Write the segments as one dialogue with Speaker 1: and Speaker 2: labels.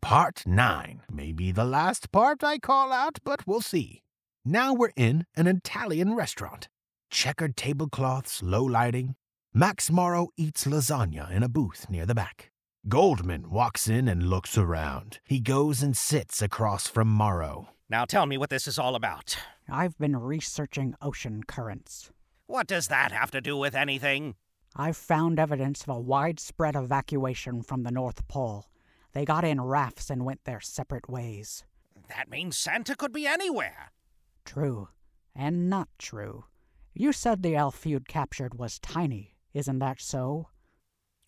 Speaker 1: Part 9 may be the last part I call out, but we'll see. Now we're in an Italian restaurant. Checkered tablecloths, low lighting. Max Morrow eats lasagna in a booth near the back. Goldman walks in and looks around. He goes and sits across from Morrow.
Speaker 2: Now tell me what this is all about.
Speaker 3: I've been researching ocean currents.
Speaker 2: What does that have to do with anything?
Speaker 3: I've found evidence of a widespread evacuation from the North Pole. They got in rafts and went their separate ways.
Speaker 2: That means Santa could be anywhere.
Speaker 3: True. And not true. You said the elf you'd captured was tiny, isn't that so?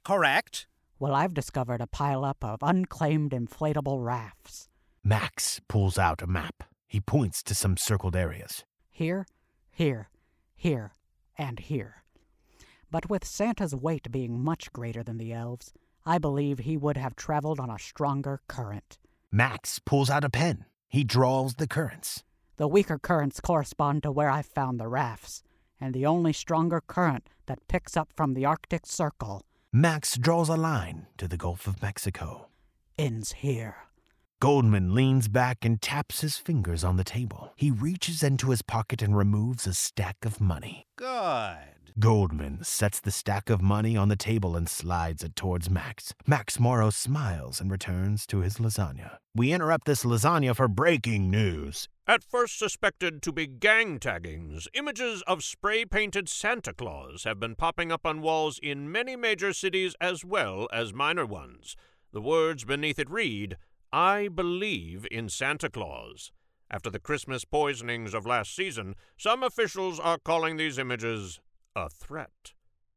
Speaker 2: Correct?
Speaker 3: Well, I've discovered a pileup of unclaimed inflatable rafts.
Speaker 1: Max pulls out a map. He points to some circled areas.
Speaker 3: Here, here, here, and here. But with Santa's weight being much greater than the elves, I believe he would have traveled on a stronger current.
Speaker 1: Max pulls out a pen. He draws the currents.
Speaker 3: The weaker currents correspond to where I found the rafts, and the only stronger current that picks up from the Arctic Circle
Speaker 1: Max draws a line to the Gulf of Mexico.
Speaker 3: ends here.
Speaker 1: Goldman leans back and taps his fingers on the table. He reaches into his pocket and removes a stack of money.
Speaker 2: Good.
Speaker 1: Goldman sets the stack of money on the table and slides it towards Max. Max Morrow smiles and returns to his lasagna. We interrupt this lasagna for breaking news.
Speaker 4: At first suspected to be gang taggings, images of spray painted Santa Claus have been popping up on walls in many major cities as well as minor ones. The words beneath it read, I believe in Santa Claus. After the Christmas poisonings of last season, some officials are calling these images a threat.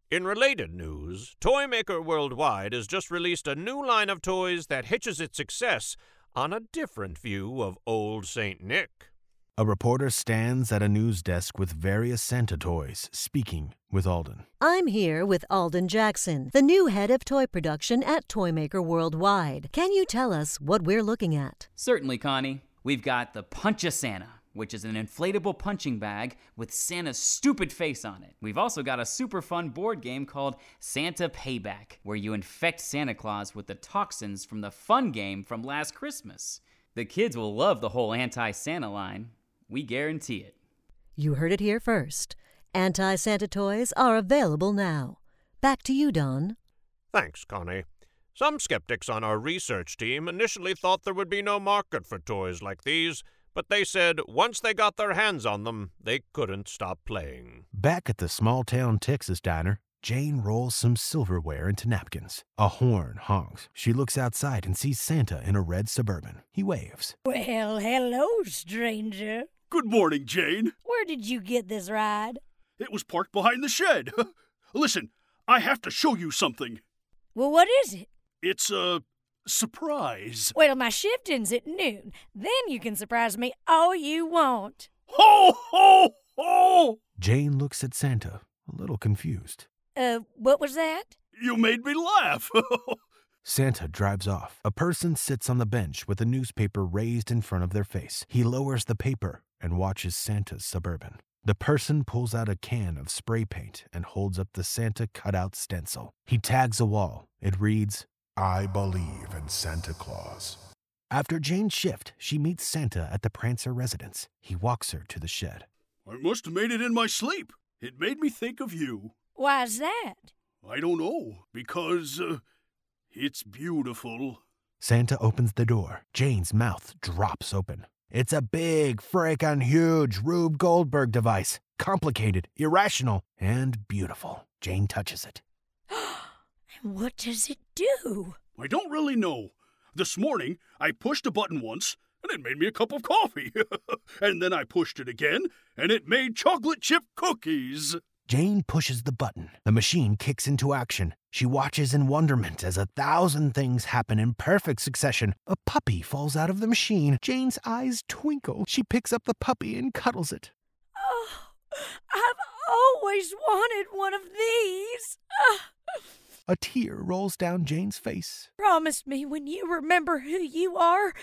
Speaker 4: In related news, Toy Maker Worldwide has just released a new line of toys that hitches its success on a different view of Old St. Nick.
Speaker 1: A reporter stands at a news desk with various Santa toys, speaking with Alden.
Speaker 5: I'm here with Alden Jackson, the new head of toy production at Toymaker Worldwide. Can you tell us what we're looking at?
Speaker 6: Certainly, Connie. We've got the Punch a Santa, which is an inflatable punching bag with Santa's stupid face on it. We've also got a super fun board game called Santa Payback, where you infect Santa Claus with the toxins from the fun game from last Christmas. The kids will love the whole anti Santa line. We guarantee it.
Speaker 5: You heard it here first. Anti Santa toys are available now. Back to you, Don.
Speaker 4: Thanks, Connie. Some skeptics on our research team initially thought there would be no market for toys like these, but they said once they got their hands on them, they couldn't stop playing.
Speaker 1: Back at the small town Texas diner, Jane rolls some silverware into napkins. A horn honks. She looks outside and sees Santa in a red suburban. He waves.
Speaker 7: Well, hello, stranger.
Speaker 8: Good morning, Jane.
Speaker 7: Where did you get this ride?
Speaker 8: It was parked behind the shed. Listen, I have to show you something.
Speaker 7: Well, what is it?
Speaker 8: It's a surprise.
Speaker 7: Well, my shift ends at noon. Then you can surprise me all you want.
Speaker 8: Ho, ho, ho!
Speaker 1: Jane looks at Santa, a little confused.
Speaker 7: Uh, what was that?
Speaker 8: You made me laugh.
Speaker 1: Santa drives off. A person sits on the bench with a newspaper raised in front of their face. He lowers the paper and watches Santa's suburban. The person pulls out a can of spray paint and holds up the Santa cutout stencil. He tags a wall. It reads,
Speaker 9: I believe in Santa Claus.
Speaker 1: After Jane's shift, she meets Santa at the Prancer residence. He walks her to the shed.
Speaker 8: I must have made it in my sleep. It made me think of you.
Speaker 7: Why's that?
Speaker 8: I don't know, because uh, it's beautiful.
Speaker 1: Santa opens the door. Jane's mouth drops open. It's a big, frickin' huge Rube Goldberg device. Complicated, irrational, and beautiful. Jane touches it.
Speaker 7: And what does it do?
Speaker 8: I don't really know. This morning, I pushed a button once, and it made me a cup of coffee. and then I pushed it again, and it made chocolate chip cookies.
Speaker 1: Jane pushes the button. The machine kicks into action. She watches in wonderment as a thousand things happen in perfect succession. A puppy falls out of the machine. Jane's eyes twinkle. She picks up the puppy and cuddles it.
Speaker 7: Oh, I've always wanted one of these. Ah,
Speaker 1: A tear rolls down Jane's face.
Speaker 7: promise me when you remember who you are,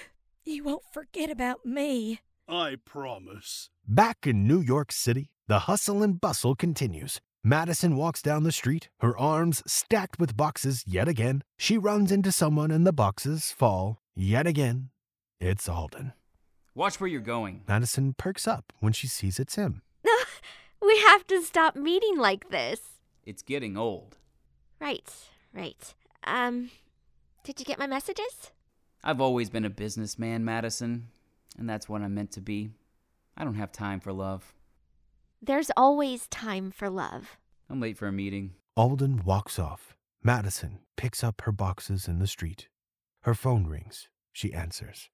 Speaker 7: you won't forget about me.
Speaker 8: I promise.
Speaker 1: Back in New York City, the hustle and bustle continues. Madison walks down the street, her arms stacked with boxes yet again. She runs into someone and the boxes fall. Yet again, it's Alden.
Speaker 6: Watch where you're going.
Speaker 1: Madison perks up when she sees it's him.
Speaker 7: We have to stop meeting like this.
Speaker 6: It's getting old.
Speaker 7: Right, right. Um, did you get my messages?
Speaker 6: I've always been a businessman, Madison, and that's what I'm meant to be. I don't have time for love.
Speaker 7: There's always time for love.
Speaker 6: I'm late for a meeting.
Speaker 1: Alden walks off. Madison picks up her boxes in the street. Her phone rings. She answers.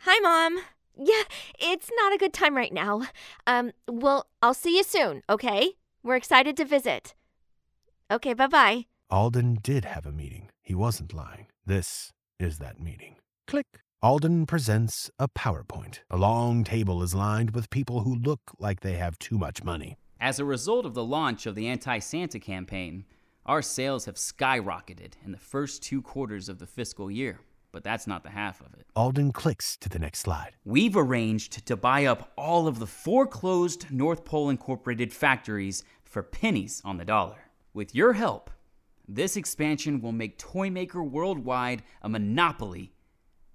Speaker 7: Hi, Mom. Yeah, it's not a good time right now. Um, well, I'll see you soon, okay? We're excited to visit. Okay, bye bye.
Speaker 1: Alden did have a meeting. He wasn't lying. This is that meeting. Click. Alden presents a PowerPoint. A long table is lined with people who look like they have too much money.
Speaker 6: As a result of the launch of the anti Santa campaign, our sales have skyrocketed in the first two quarters of the fiscal year, but that's not the half of it.
Speaker 1: Alden clicks to the next slide.
Speaker 6: We've arranged to buy up all of the foreclosed North Pole Incorporated factories for pennies on the dollar. With your help, this expansion will make Toymaker Worldwide a monopoly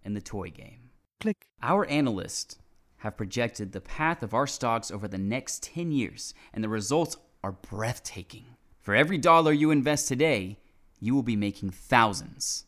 Speaker 6: in the toy game.
Speaker 1: Click.
Speaker 6: Our analysts have projected the path of our stocks over the next 10 years, and the results are breathtaking. For every dollar you invest today, you will be making thousands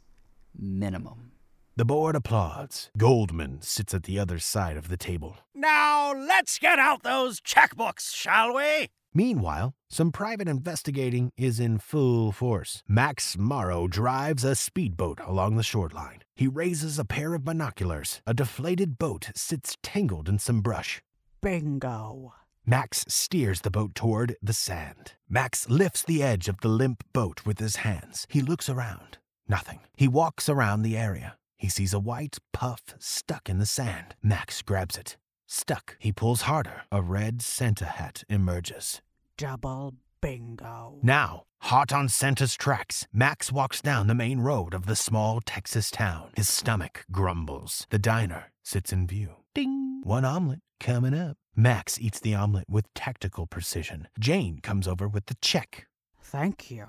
Speaker 6: minimum.
Speaker 1: The board applauds. Goldman sits at the other side of the table.
Speaker 2: Now let's get out those checkbooks, shall we?
Speaker 1: Meanwhile, some private investigating is in full force. Max Morrow drives a speedboat along the shoreline. He raises a pair of binoculars. A deflated boat sits tangled in some brush.
Speaker 3: Bingo.
Speaker 1: Max steers the boat toward the sand. Max lifts the edge of the limp boat with his hands. He looks around. Nothing. He walks around the area. He sees a white puff stuck in the sand. Max grabs it. Stuck. He pulls harder. A red Santa hat emerges.
Speaker 3: Double bingo.
Speaker 1: Now, hot on Santa's tracks, Max walks down the main road of the small Texas town. His stomach grumbles. The diner sits in view. Ding! One omelet coming up. Max eats the omelet with tactical precision. Jane comes over with the check.
Speaker 3: Thank you.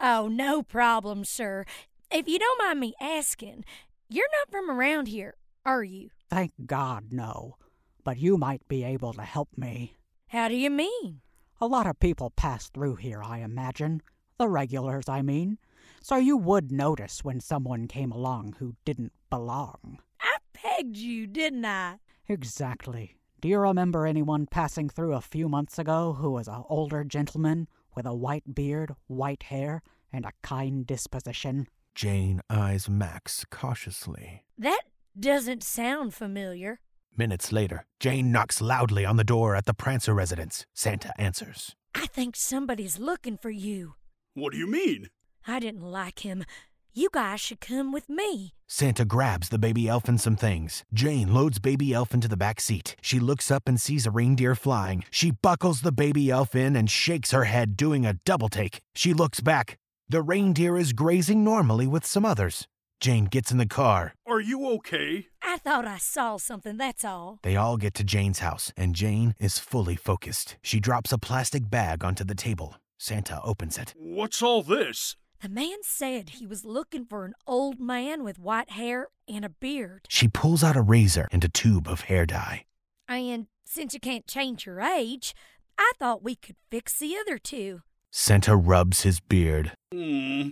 Speaker 10: Oh, no problem, sir. If you don't mind me asking, you're not from around here, are you?
Speaker 3: Thank God, no. But you might be able to help me.
Speaker 10: How do you mean?
Speaker 3: A lot of people pass through here, I imagine. The regulars, I mean. So you would notice when someone came along who didn't belong.
Speaker 10: I pegged you, didn't I?
Speaker 3: Exactly. Do you remember anyone passing through a few months ago who was an older gentleman with a white beard, white hair, and a kind disposition?
Speaker 1: Jane eyes Max cautiously.
Speaker 10: That doesn't sound familiar.
Speaker 1: Minutes later, Jane knocks loudly on the door at the Prancer residence. Santa answers.
Speaker 10: I think somebody's looking for you.
Speaker 8: What do you mean?
Speaker 10: I didn't like him. You guys should come with me.
Speaker 1: Santa grabs the baby elf and some things. Jane loads baby elf into the back seat. She looks up and sees a reindeer flying. She buckles the baby elf in and shakes her head, doing a double take. She looks back. The reindeer is grazing normally with some others. Jane gets in the car.
Speaker 8: Are you okay?
Speaker 10: I thought I saw something, that's all.
Speaker 1: They all get to Jane's house, and Jane is fully focused. She drops a plastic bag onto the table. Santa opens it.
Speaker 8: What's all this?
Speaker 10: The man said he was looking for an old man with white hair and a beard.
Speaker 1: She pulls out a razor and a tube of hair dye.
Speaker 10: And since you can't change your age, I thought we could fix the other two.
Speaker 1: Santa rubs his beard.
Speaker 8: Hmm.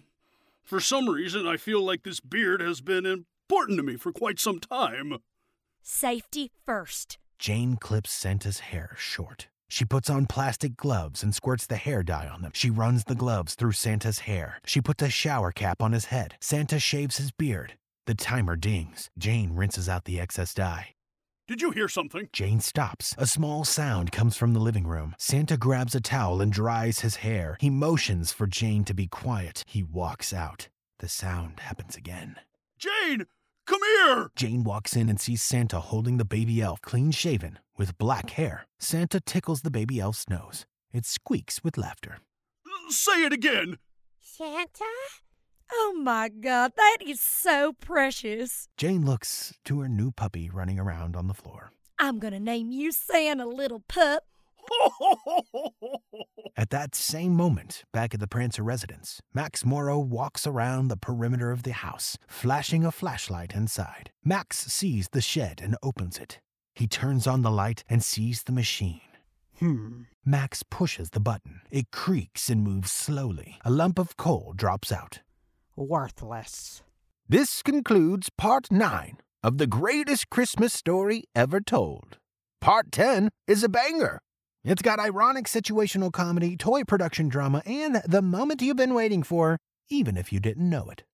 Speaker 8: For some reason, I feel like this beard has been important to me for quite some time.
Speaker 10: Safety first.
Speaker 1: Jane clips Santa's hair short. She puts on plastic gloves and squirts the hair dye on them. She runs the gloves through Santa's hair. She puts a shower cap on his head. Santa shaves his beard. The timer dings. Jane rinses out the excess dye.
Speaker 8: Did you hear something?
Speaker 1: Jane stops. A small sound comes from the living room. Santa grabs a towel and dries his hair. He motions for Jane to be quiet. He walks out. The sound happens again.
Speaker 8: Jane, come here!
Speaker 1: Jane walks in and sees Santa holding the baby elf, clean shaven, with black hair. Santa tickles the baby elf's nose. It squeaks with laughter.
Speaker 8: Say it again!
Speaker 7: Santa?
Speaker 10: Oh my god, that is so precious.
Speaker 1: Jane looks to her new puppy running around on the floor.
Speaker 10: I'm gonna name you Santa, little pup.
Speaker 1: At that same moment, back at the Prancer residence, Max Morrow walks around the perimeter of the house, flashing a flashlight inside. Max sees the shed and opens it. He turns on the light and sees the machine.
Speaker 3: Hmm.
Speaker 1: Max pushes the button. It creaks and moves slowly. A lump of coal drops out.
Speaker 3: Worthless.
Speaker 1: This concludes part 9 of the greatest Christmas story ever told. Part 10 is a banger. It's got ironic situational comedy, toy production drama, and the moment you've been waiting for, even if you didn't know it.